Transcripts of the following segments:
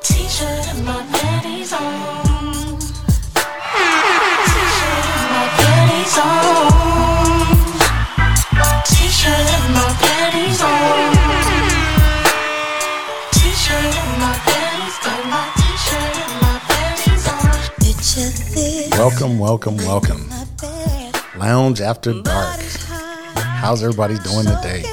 T-shirt and my panties on. T-shirt and my panties on. T-shirt and my panties on. T-shirt and my panties, got my t-shirt and my panties on. Picture this, Welcome, welcome, welcome. my bed, Lounge After Dark. body high. How's everybody doing today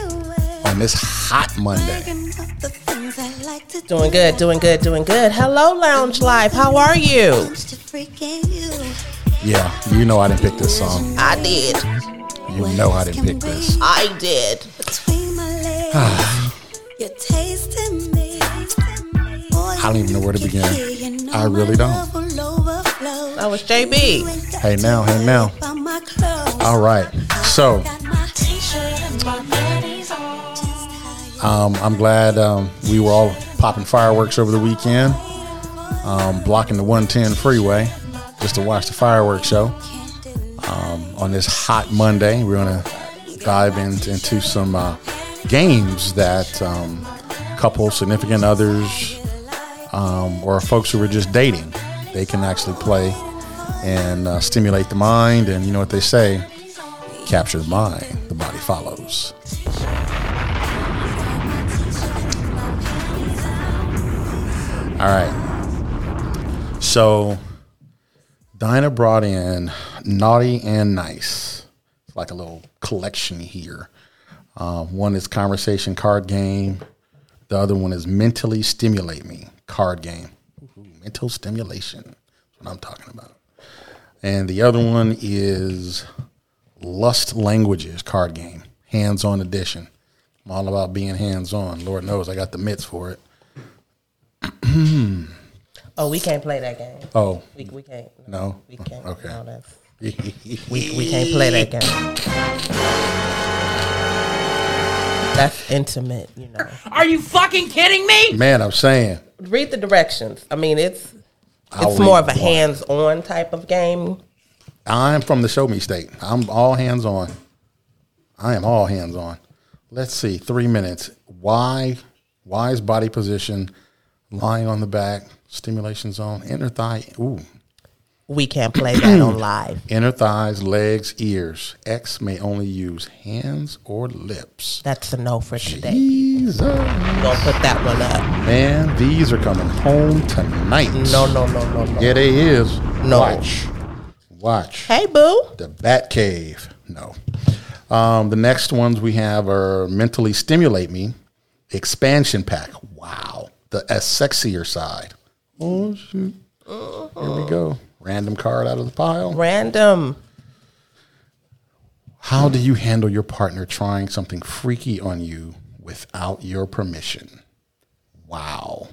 on this hot Monday? Thinking of the things I like to Doing good, doing good, doing good. Hello, Lounge Life. How are you? do to freaking you. Yeah, you know I didn't pick this song. I did. You know I didn't pick this. I did. between my legs. You're tasting me. I don't even know where to begin. I really don't. That was JB. Hey now, hey now. All right. So, um, I'm glad um, we were all popping fireworks over the weekend, um, blocking the 110 freeway just to watch the fireworks show. Um, on this hot Monday, we're going to dive in, into some uh, games that um, couples, significant others, um, or folks who are just dating, they can actually play and uh, stimulate the mind. And you know what they say capture the mind, the body follows. All right. So Dinah brought in Naughty and Nice. It's like a little collection here. Uh, one is Conversation Card Game. The other one is Mentally Stimulate Me Card Game. Ooh, mental stimulation. That's what I'm talking about. And the other one is Lust Languages card game, hands on edition. I'm all about being hands on. Lord knows I got the mitts for it. Oh, we can't play that game. Oh, We, we can't. no. We can't. Okay. No, that's- we, we can't play that game. That's intimate, you know. Are you fucking kidding me? Man, I'm saying. Read the directions. I mean, it's I'll it's more read of a one. hands-on type of game. I'm from the show me state. I'm all hands on. I am all hands on. Let's see, three minutes. Why? Wise body position, lying on the back, stimulation zone, inner thigh. Ooh, We can't play that on live. inner thighs, legs, ears. X may only use hands or lips. That's a no for today. Jesus. We're gonna put that one up. Man, these are coming home tonight. No, no, no, no, no. Yeah, they is. No. Watch. Watch. Hey, boo. The Bat Cave. No. Um, the next ones we have are Mentally Stimulate Me, Expansion Pack. Wow. The a sexier side. Oh, shoot. Here we go. Random card out of the pile. Random. How do you handle your partner trying something freaky on you without your permission? Wow.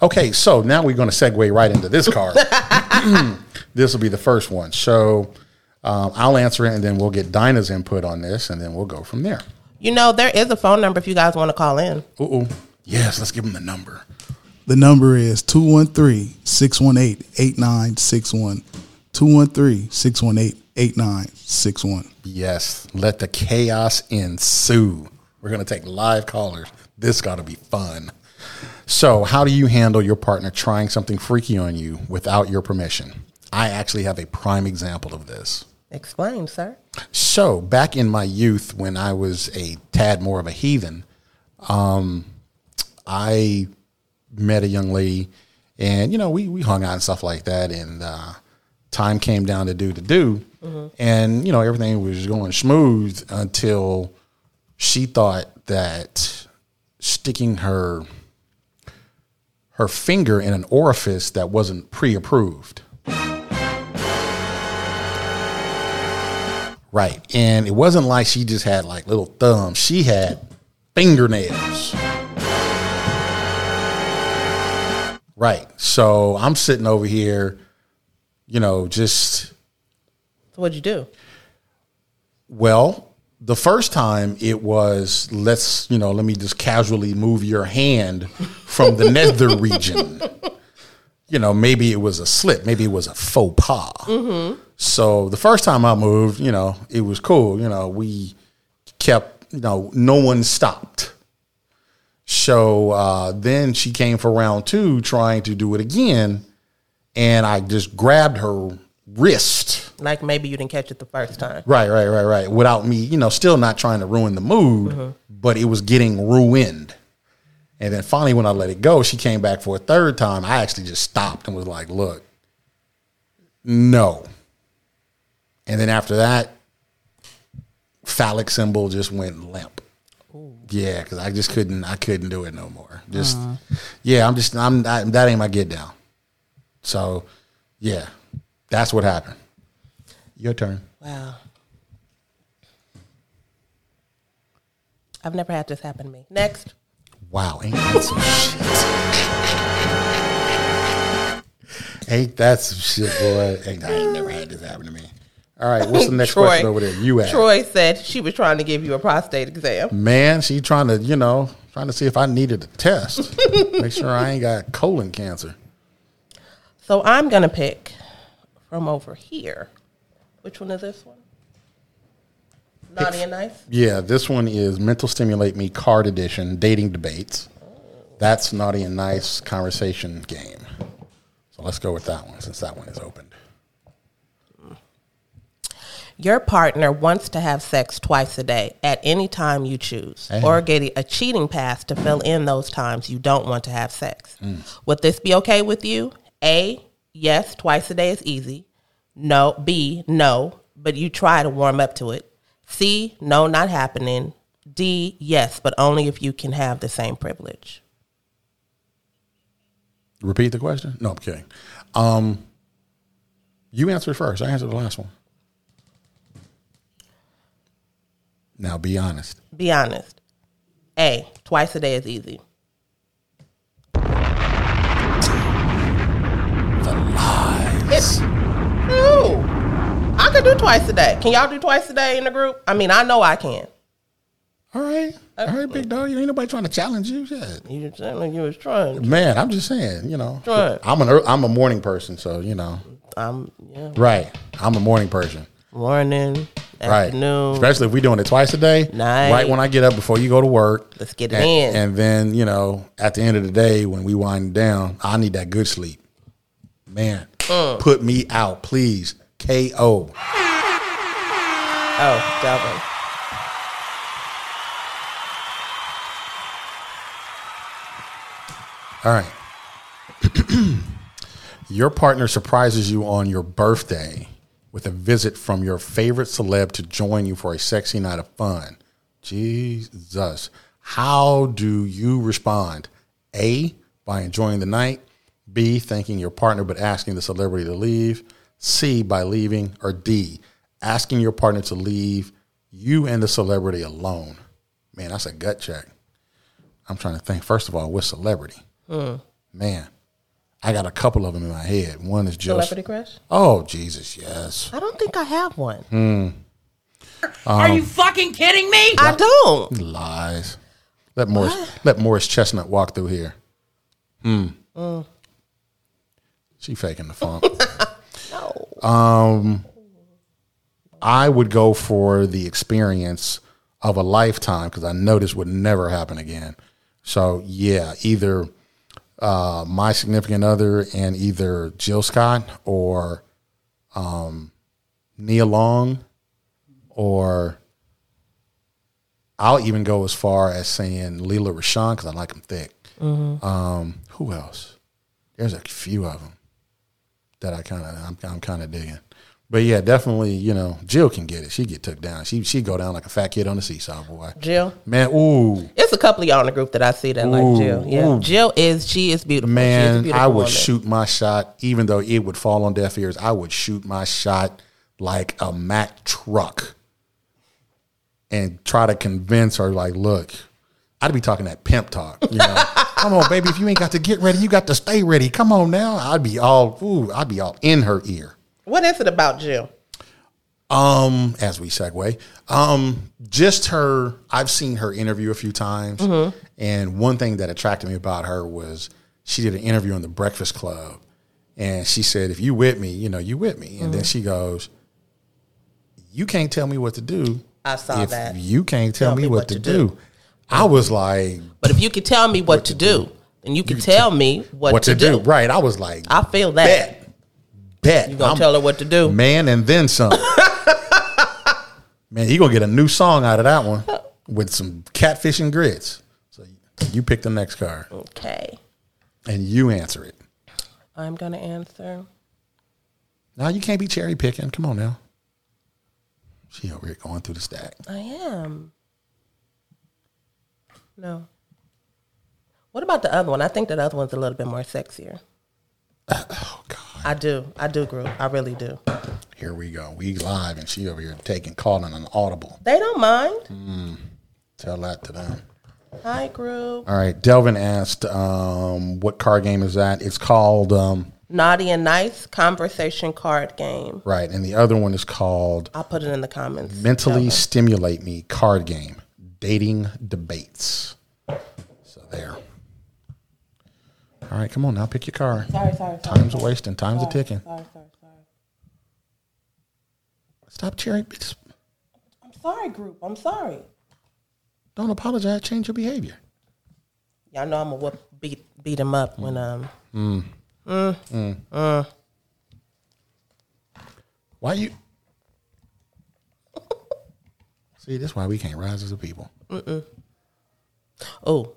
Okay, so now we're going to segue right into this card. this will be the first one. So um, I'll answer it and then we'll get Dinah's input on this and then we'll go from there. You know, there is a phone number if you guys want to call in. Uh oh. Yes, let's give him the number. The number is 213 618 8961. 213 618 8961. Yes, let the chaos ensue. We're going to take live callers. This got to be fun. So, how do you handle your partner trying something freaky on you without your permission? I actually have a prime example of this. Explain, sir. So, back in my youth, when I was a tad more of a heathen, um, I met a young lady, and you know, we we hung out and stuff like that. And uh, time came down to do to do, and you know, everything was going smooth until she thought that sticking her her finger in an orifice that wasn't pre-approved Right. And it wasn't like she just had like little thumbs. She had fingernails. Right. So I'm sitting over here, you know, just So what'd you do? well, the first time it was let's, you know, let me just casually move your hand from the nether region. You know, maybe it was a slip, maybe it was a faux pas. So the first time I moved, you know, it was cool. You know, we kept, you know, no one stopped. So uh, then she came for round two trying to do it again. And I just grabbed her wrist. Like maybe you didn't catch it the first time. Right, right, right, right. Without me, you know, still not trying to ruin the mood, but it was getting ruined. And then finally, when I let it go, she came back for a third time. I actually just stopped and was like, look, no. And then after that, phallic symbol just went limp. Yeah, because I just couldn't, I couldn't do it no more. Just, yeah, I'm just, I'm, I, that ain't my get down. So, yeah, that's what happened. Your turn. Wow. I've never had this happen to me. Next. Wow, ain't that some shit? ain't that some shit, boy? Ain't, I ain't never had this happen to me. All right, what's the next Troy. question over there? You ask. Troy said she was trying to give you a prostate exam. Man, she trying to, you know, trying to see if I needed a test. Make sure I ain't got colon cancer. So I'm going to pick from over here. Which one is this one? Naughty and nice? Yeah, this one is Mental Stimulate Me Card Edition Dating Debates. That's Naughty and Nice Conversation Game. So let's go with that one since that one is opened. Your partner wants to have sex twice a day at any time you choose, Hey. or get a cheating pass to fill in those times you don't want to have sex. Would this be okay with you? A, yes, twice a day is easy. No, B, no, but you try to warm up to it. C, no, not happening. D, yes, but only if you can have the same privilege. Repeat the question? No, I'm kidding. Um, you answered first. I answered the last one. Now be honest. Be honest. A, twice a day is easy. The lies. Ooh, I could do twice a day. Can y'all do twice a day in the group? I mean, I know I can. All right. All right, big dog. You ain't nobody trying to challenge you. Shit. You just sound like you was trying. Man, I'm just saying, you know. Right. I'm an ear- I'm a morning person, so you know. I'm yeah, Right. I'm a morning person. morning, Right. afternoon. Especially if we're doing it twice a day. Night. Right when I get up before you go to work. Let's get it and, in. And then, you know, at the end of the day when we wind down, I need that good sleep. Man, Mm. put me out, please. KO. Oh, Delvin. All right. your partner surprises you on your birthday with a visit from your favorite celeb to join you for a sexy night of fun. Jesus. How do you respond? A, by enjoying the night. B, thanking your partner but asking the celebrity to leave. C, by leaving. Or D, asking your partner to leave you and the celebrity alone. Man, that's a gut check. I'm trying to think. First of all, what celebrity? Man, I got a couple of them in my head. One is Jill. Celebrity crush? Oh Jesus, yes. I don't think I have one. Hmm. Are you fucking kidding me? I don't. Lies. Let Morris let Morris Chestnut walk through here. Hmm. She faking the funk. Um, No. I would go for the experience of a lifetime because I know this would never happen again. So yeah, either uh, my significant other and either Jill Scott or um, Nia Long, or I'll even go as far as saying Leela Rashawn because I like them thick. Um, who else? There's a few of them that I kind of I'm, I'm kind of digging. But yeah, definitely, you know, Jill can get it. She get took down. She she go down like a fat kid on the seesaw, boy. Jill. Man, ooh, It's a couple of y'all in the group that I see that Ooh, like Jill. Yeah, ooh. Jill is she is beautiful. She is a man, beautiful I would woman. shoot my shot, even though it would fall on deaf ears. I would shoot my shot like a Mack truck, and try to convince her, like, look, I'd be talking that pimp talk. You know, come on, baby. If you ain't got to get ready, you got to stay ready. Come on now. I'd be all, ooh, I'd be all in her ear. What is it about Jill? Um, as we segue, um, just her. I've seen her interview a few times, and one thing that attracted me about her was she did an interview on the Breakfast Club, and she said, "If you with me, you know you with me." And then she goes, "You can't tell me what to do. I saw if that. You can't tell, me, what, to do." I was like, But if you could tell me what, to do, then you can tell me what, "What, to do. Right? I was like, I feel that. bet, bet You gonna I'm- tell her what to do? man, and then some. man, you gonna get a new song out of that one with some catfish and grits. So you pick the next card Okay, and you answer it. I'm gonna answer. Now you can't be cherry picking. Come on now. She over here going through the stack. I am. No. What about the other one? I think that other one's a little bit more sexier. Oh God. I do. I do, group. I really do. Here we go. We live and she over here taking calling an audible. They don't mind. Tell that to them. Hi, group. All right. Delvin asked, um, what card game is that? It's called um, Naughty and nice conversation card game. right, and the other one is called I'll put it in the comments. mentally Delvin. stimulate me card game dating debates so there all right come on now pick your card Sorry, sorry, sorry. time's a wasting time's a ticking Sorry, sorry, sorry. stop cheering It's- I'm sorry, group. I'm sorry. don't apologize change your behavior Y'all know I'm gonna whoop, beat beat him up when um. why you see that's why we can't rise as a people Oh,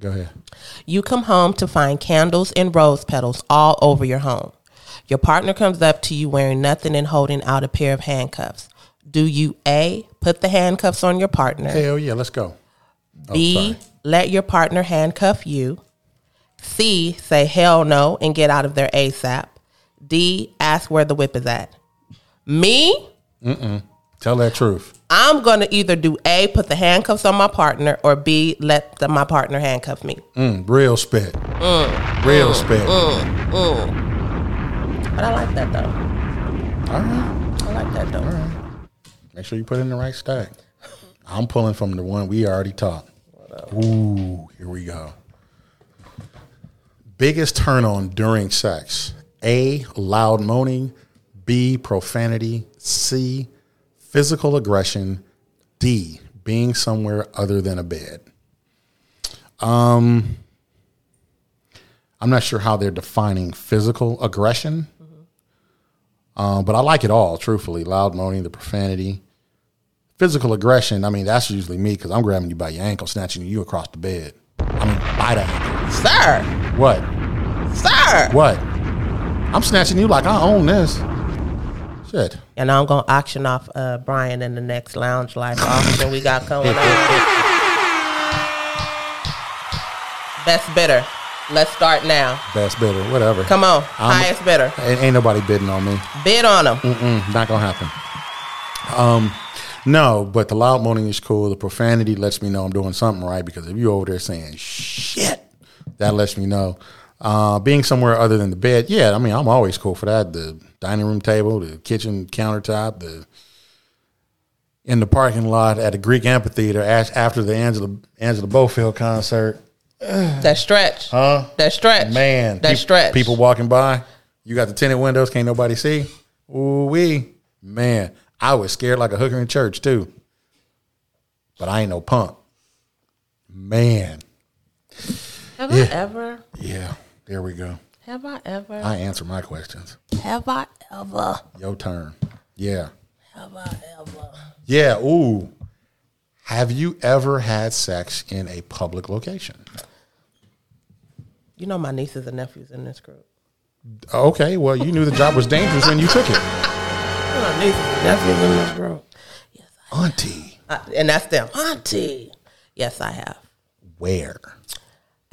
go ahead You come home to find candles and rose petals all over your home. Your partner comes up to you wearing nothing and holding out a pair of handcuffs. Do you A, put the handcuffs on your partner, hell yeah let's go B, sorry. let your partner handcuff you, C, say hell no and get out of there ASAP, D, ask where the whip is at? Me? tell that truth I'm gonna either do A, put the handcuffs on my partner, or B, let the, my partner handcuff me. Mm, real spit real spit But Mm. I like that though. all right I like that though. Make sure you put it in the right stack. I'm pulling from the one we already taught. Ooh, here we go. Biggest turn on during sex. A loud moaning, B profanity, C physical aggression, D being somewhere other than a bed. Um I'm not sure how they're defining physical aggression. Um, but I like it all, truthfully. Loud moaning, the profanity, physical aggression. I mean, that's usually me because I'm grabbing you by your ankle, snatching you across the bed. I mean, by the ankle. Sir, What? sir. What? I'm snatching you like I own this. Shit. And I'm gonna auction off uh, Brian in the next Lounge Life auction we got coming up. Best bidder. Let's start now. Best bidder, whatever. Come I'm- on, Mm-hmm. highest bidder. Ain't, ain't nobody bidding on me. Bid on him. Mm-mm, not gonna happen. Um, no, but the loud moaning is cool. The profanity lets me know I'm doing something right because if you over there saying shit, that lets me know. Uh, being somewhere other than the bed, yeah, I mean I'm always cool for that. The dining room table, the kitchen countertop, the in the parking lot at the Greek amphitheater as- after the Angela Angela Bofield concert. That stretch. Huh? That stretch. Man, That peop- stretch. People walking by. You got the tinted windows, can't nobody see. Ooh wee, man. I was scared like a hooker in church too, but I ain't no punk. Man, Have I ever? yeah. There we go. Have I ever? I answer my questions. Have I ever? Your turn. Yeah, Have I ever? yeah. Ooh. Have you ever had sex in a public location? You know my nieces and nephews in this group. Okay, well, you knew the job was dangerous when you took it. You know, nieces and nephews in this group. Auntie, I, and that's them. Auntie. Yes, I have. where?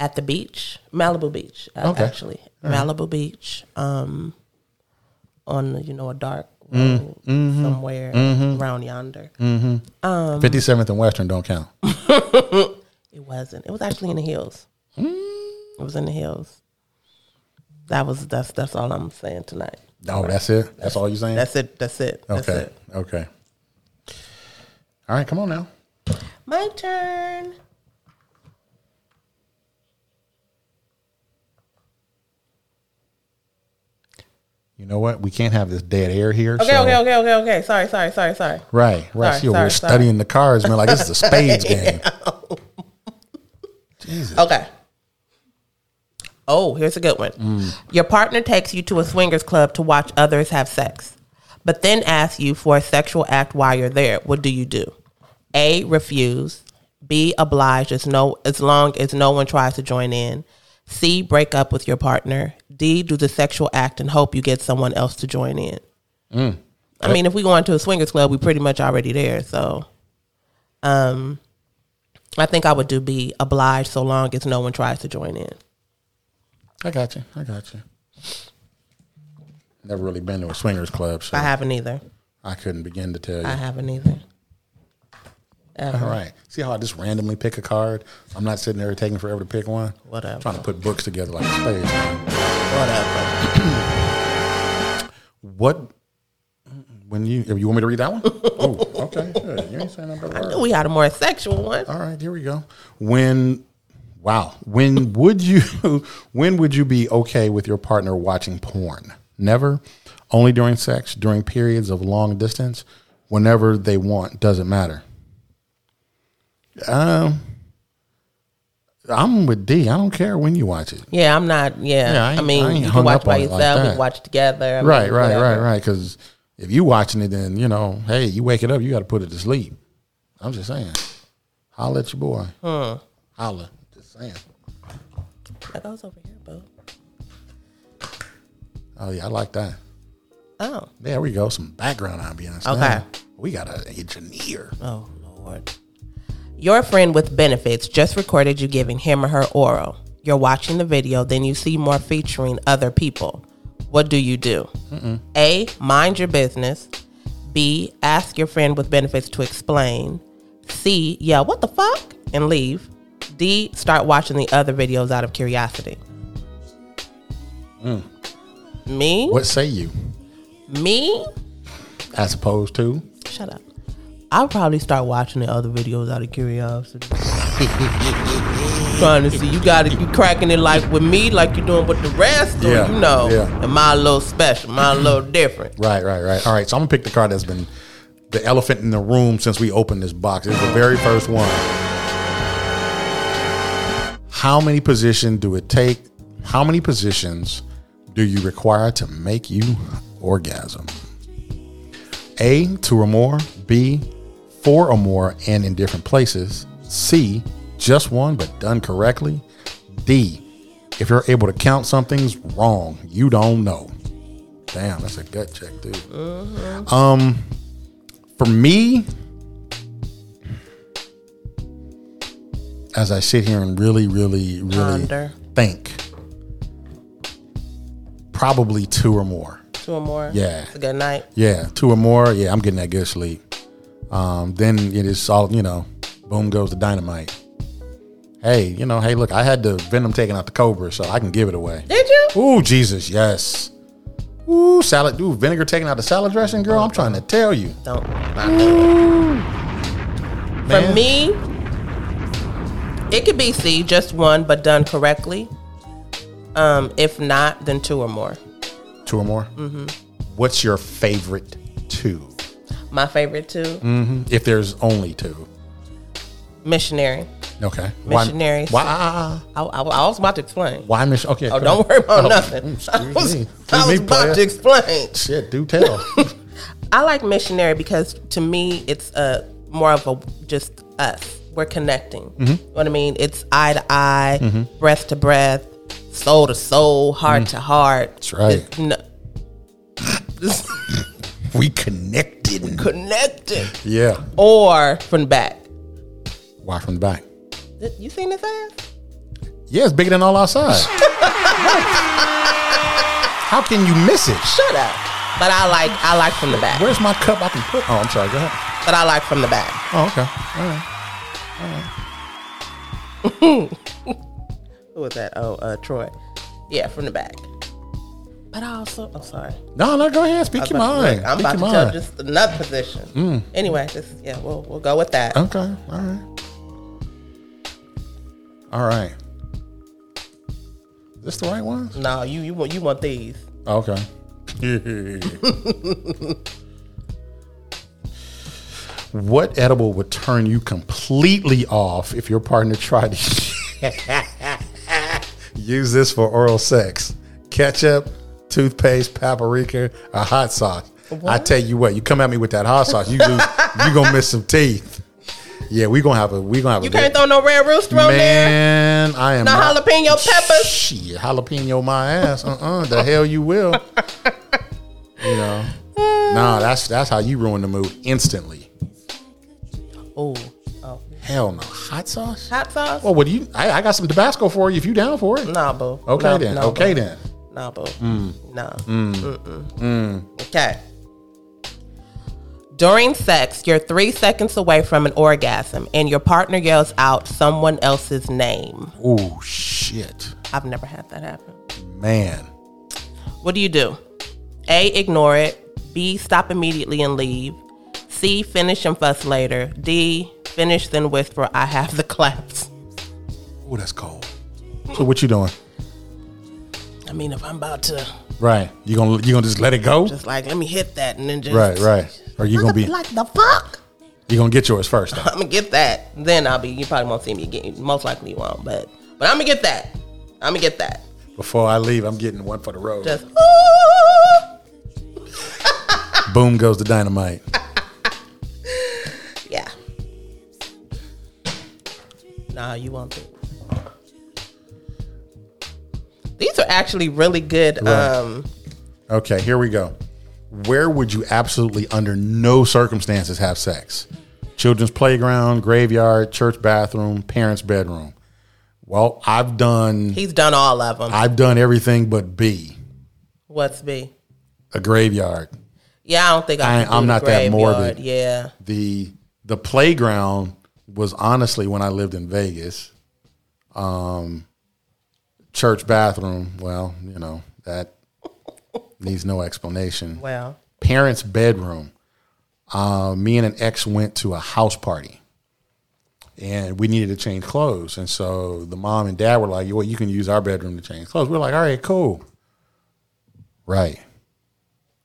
at the beach, Malibu Beach, uh, Okay. actually, Malibu Beach, um, on you know a dark Mm, road mm-hmm. somewhere around yonder. 57th and Western don't count. It wasn't. It was actually in the hills. Mm. It was in the hills. That was that's that's all I'm saying tonight. Oh, that's it. That's all you saying. That's it. That's it. That's okay. it. Okay. All right, come on now. My turn. You know what? We can't have this dead air here. Okay, so- okay, okay, okay, okay. Sorry, sorry, sorry, sorry. Right, right. Sorry, See, we're sorry, sorry. studying the cards, man. Like this is a spades game. Jesus. Okay. Oh, here's a good one. Your partner takes you to a swingers club to watch others have sex, but then asks you for a sexual act while you're there. What do you do? A. Refuse. B. Oblige as no as long as no one tries to join in. C. Break up with your partner. D. Do the sexual act and hope you get someone else to join in. I mean, if we go into a swingers club, we pretty much already there. So, um, I think I would do be obliged so long as no one tries to join in. I got you. I got you. Never really been to a swingers club, so I I, haven't either. couldn't begin to tell you. I haven't either. All right. See how I just randomly pick a card? I'm not sitting there taking forever to pick one. Whatever. trying to put books together like a spades game. Whatever. What? When you if you want me to read that one? oh, okay. Good. You ain't saying nothing. about We had a more sexual one. All right, here we go. When wow, when would you when would you be okay with your partner watching porn? Never. Only during sex, during periods of long distance, whenever they want, doesn't matter. Um I'm with D. I don't care when you watch it. Yeah, I'm not. Yeah, Yeah, I I, ain't- mean, I ain't you can hung watch up by on it like yourself. we that. can watch together. I mean, Right, right, whatever. right, right. Because if you watching it, then you know, hey, you waking up, you got to put it to sleep. I'm just saying, holla at your boy. Holla, just saying. That goes over here, boo. Oh yeah, I like that. Oh, There we go. Some background ambiance. Okay. Now, we got an engineer. oh lord. Your friend with benefits just recorded you giving him or her oral. You're watching the video, then you see more featuring other people. What do you do? A. Mind your business. B. Ask your friend with benefits to explain. C. Yeah, what the fuck? And leave. D. Start watching the other videos out of curiosity. Me? What say you? Me? As opposed to Shut up. I'll probably start watching the other videos out of curiosity. Trying to see you got it, you cracking it like with me, like you're doing with the rest, or Yeah, you know, yeah. am I a little special? Am I a little different? right, right, right. All right. So I'm gonna pick the card that's been the elephant in the room since we opened this box. It's the very first one. How many positions do it take? How many positions do you require to make you orgasm? A, two or more. B, four or more and in different places. C, just one but done correctly. D, if you're able to count something's wrong, you don't know. Damn, that's a gut check, dude. Um, for me, as I sit here and really, really, really Ponder. think, probably two or more. Two or more. Yeah. It's a good night. Yeah, two or more. Yeah, I'm getting that good sleep. Um, then it is all you know. Boom goes the dynamite. Hey, you know, hey, look, I had the venom taken out the cobra, so I can give it away. Did you? Ooh, Jesus, yes. Ooh, salad. Ooh, vinegar taking out the salad dressing, girl. I'm trying to tell you, Don't. not doing it. For Man. me, it could be C, just one, but done correctly. Um, if not, then two or more. two or more. Mm-hmm. What's your favorite two? My favorite two, Mm. If there's only two, missionary. okay. Missionaries. Why? Why? I, I, I was about to explain. Why mission? Okay. Oh, don't worry about nothing. mm, I excuse was, me. I Excuse was me, about player. to explain. Shit, do tell. I like missionary because to me, it's uh, more of a just us. We're connecting. Mm-hmm. You know what I mean? It's eye to eye, breath to breath, soul to soul, heart to heart. That's Mm. right. no, we connected. connecting. Yeah. Or from the back. Why from the back? Th- You seen this ass? Yeah, it's bigger than all outside. How can you miss it? Shut up. But I like I like from the back. Where's my cup I can put? Oh, I'm sorry. Go ahead. But I like from the back. Oh, okay. All right. All Who was that? Oh, uh, Troy. Yeah, from the back. But I also, I'm sorry. No, no, go ahead. Speak your I'm about to- mind. look, I'm Speak about to your tell mind. just another position. Mm. Anyway, just yeah, we'll we'll go with that. Okay. All right. All right. Is this the right one? No, you you want you want these. Okay. what edible would turn you completely off if your partner tried to use this for oral sex? Ketchup, toothpaste, paprika, or hot sauce? I tell you what, you come at me with that hot sauce, you lose, you gonna miss some teeth. Yeah, we gonna have a we gonna have You a can't good- throw no red rooster on there. Man, I am No not- jalapeno peppers. Shit, jalapeno my ass. Uh uh the hell you will. You know, nah, that's that's how you ruin the mood instantly. Oh, oh, Hell no, hot sauce. hot sauce. Well, what do you? I, I got some Tabasco for you if you down for it. Nah, boo. Okay Nah, then. nah, okay boo. then. Nah, boo. Nah. Mm. Mm. Okay. During sex, you're three seconds away from an orgasm, and your partner yells out someone else's name. Oh shit, I've never had that happen. man. What do you do? A. Ignore it. B. Stop immediately and leave. C. Finish and fuss later. D. Finish then whisper, "I have the claps." Oh, that's cold. So what you doing? I mean, if I'm about to Right, you gonna you gonna just let it go? just like let me hit that and then just Right, right. Or you gonna be like the fuck. you gonna get yours first? Though. I'm gonna get that. Then I'll be. You probably won't see me again. Most likely you won't. But but I'm gonna get that. I'm gonna get that. Before I leave, I'm getting one for the road. Just Boom goes the dynamite. yeah. Nah, you won't. Do. These are actually really good. Um, Okay, here we go. Where would you absolutely, under no circumstances, have sex? Children's playground, graveyard, church bathroom, parents' bedroom. Well, I've done he's done all of them. I've done everything but B, What's B? a graveyard. Yeah, I don't think I. I- can do I'm the not that morbid. graveyard. Yeah. The the playground was honestly when I lived in Vegas. Um church bathroom, well, you know, that needs no explanation. Well, parents' bedroom, uh, me and an ex went to a house party, and we needed to change clothes. And so the mom and dad were like, "Well, you can use our bedroom to change clothes." We are like, "All right, cool." Right,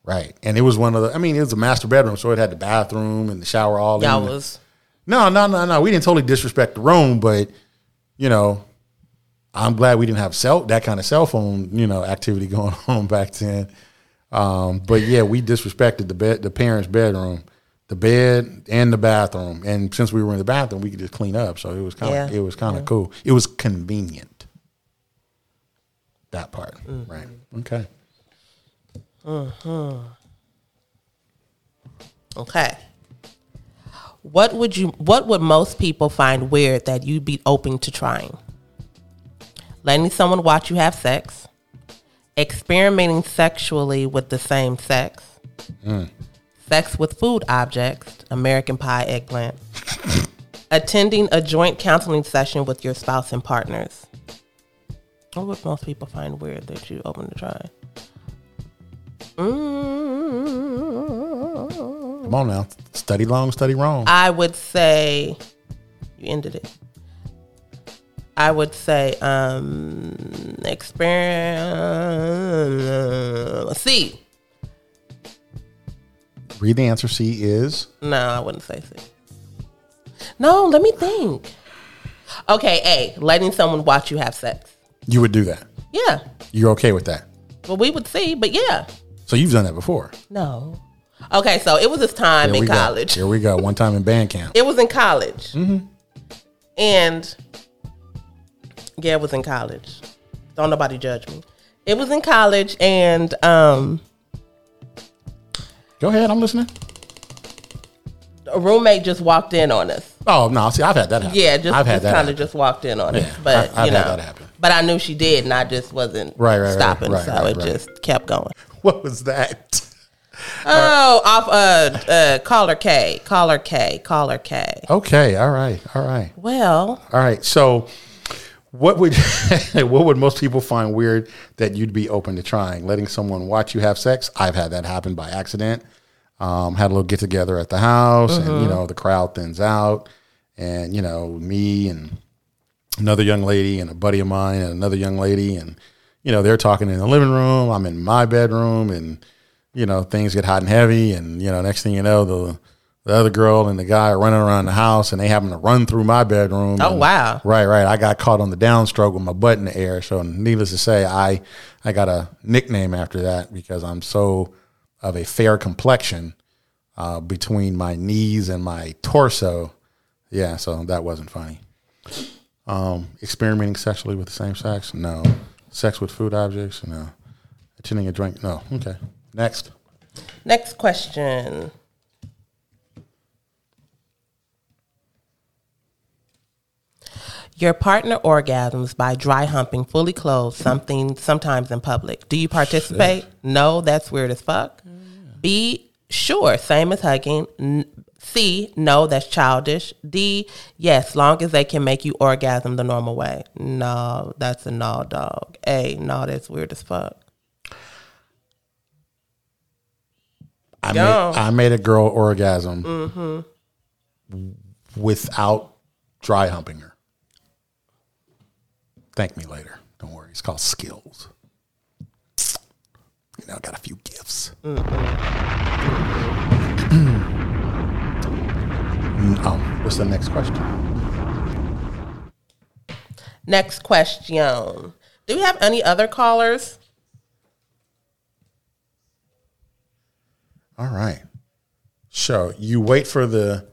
right. And it was one of the. I mean, it was a master bedroom, so it had the bathroom and the shower all. y'all in the- was no, no, no, no. We didn't totally disrespect the room, but you know, I'm glad we didn't have cell that kind of cell phone, you know, activity going on back then. Um, but yeah, we disrespected the bed, the parents' bedroom, the bed, and the bathroom. And since we were in the bathroom, we could just clean up. So it was kind of Yeah. it was kind of cool. It was convenient. That part, Mm. right? Okay. okay. What would you? What would most people find weird that you'd be open to trying? Letting someone watch you have sex, experimenting sexually with the same sex, sex with food objects, American pie, eggplant, attending a joint counseling session with your spouse and partners. What would most people find weird that you open to trying? Mm. Come on now, study long, study wrong. I would say you ended it. I would say um experience C. Read the answer. C is No, I wouldn't say C. No, let me think. Okay, A, letting someone watch you have sex. you would do that. Yeah. You're okay with that. Well, we would see, but yeah. So you've done that before. No. Okay, so it was this time Here in we go. college. Here we go. One time in band camp. It was in college. Mm-hmm. And yeah, it was in college. Don't nobody judge me. It was in college and um Go ahead. I'm listening. a roommate just walked in on us. Oh no! See, I've had that happen. Yeah, just, I've had that. kind Happen. of just walked in on Yeah, us. But I- I've you know had that happen. But I knew she did and I just wasn't Right, right, right, stopping. right, so right, it right. just kept going. What was that? Oh, off uh uh caller K, caller K, caller K. Okay. All right. All right. Well, All right. So What would what would most people find weird that you'd be open to trying? Letting someone watch you have sex? I've had that happen by accident. Um, had a little get together at the house, Mm-hmm. and you know the crowd thins out, and you know me and another young lady and a buddy of mine and another young lady and you know they're talking in the living room i'm in my bedroom and you know things get hot and heavy and you know next thing you know the the other girl and the guy are running around the house and they happen to run through my bedroom Oh, and- wow. right right i got caught on the downstroke with my butt in the air so needless to say i i got a nickname after that because i'm so of a fair complexion uh, between my knees and my torso yeah so that wasn't funny Um, experimenting sexually with the same sex? No. Sex with food objects? No. Attending a drink? No. Okay. Next. Next question. Your partner orgasms by dry humping fully clothed, something sometimes in public. Do you participate? No, that's weird as fuck. B, sure, same as hugging. N- C, no, that's childish. D, yes, long as they can make you orgasm the normal way. No, that's a no, dog. A, no, that's weird as fuck. I made, Yo. I made a girl orgasm without dry humping her. Thank me later. Don't worry. It's called skills. You know, I got a few gifts. oh, what's the next question? Next question. Do we have any other callers? All right. So you wait for the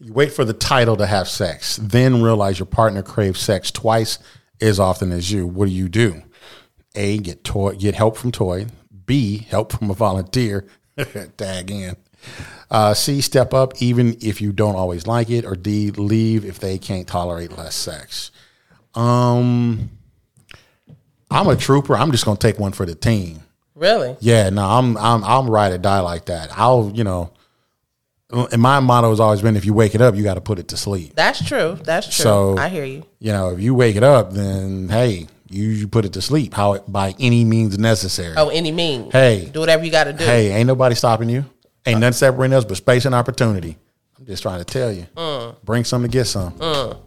you wait for the title to have sex, then realize your partner craves sex twice as often as you. What do you do? A get toy get help from toy. B help from a volunteer. Tag in. Uh, C step up even if you don't always like it, or D leave if they can't tolerate less sex. Um, I'm a trooper. I'm just gonna take one for the team. Really? Yeah, no, I'm I'm I'm ride or die like that. I'll you know, and my motto has always been: if you wake it up, you got to put it to sleep. That's true. That's true. So I hear you. You know, if you wake it up, then hey, you, you put it to sleep. How it, by any means necessary. Oh, any means. Hey. do whatever you got to do. Hey, ain't nobody stopping you. Uh. Ain't nothing separating us but space and opportunity. I'm just trying to tell you. Bring some to get some.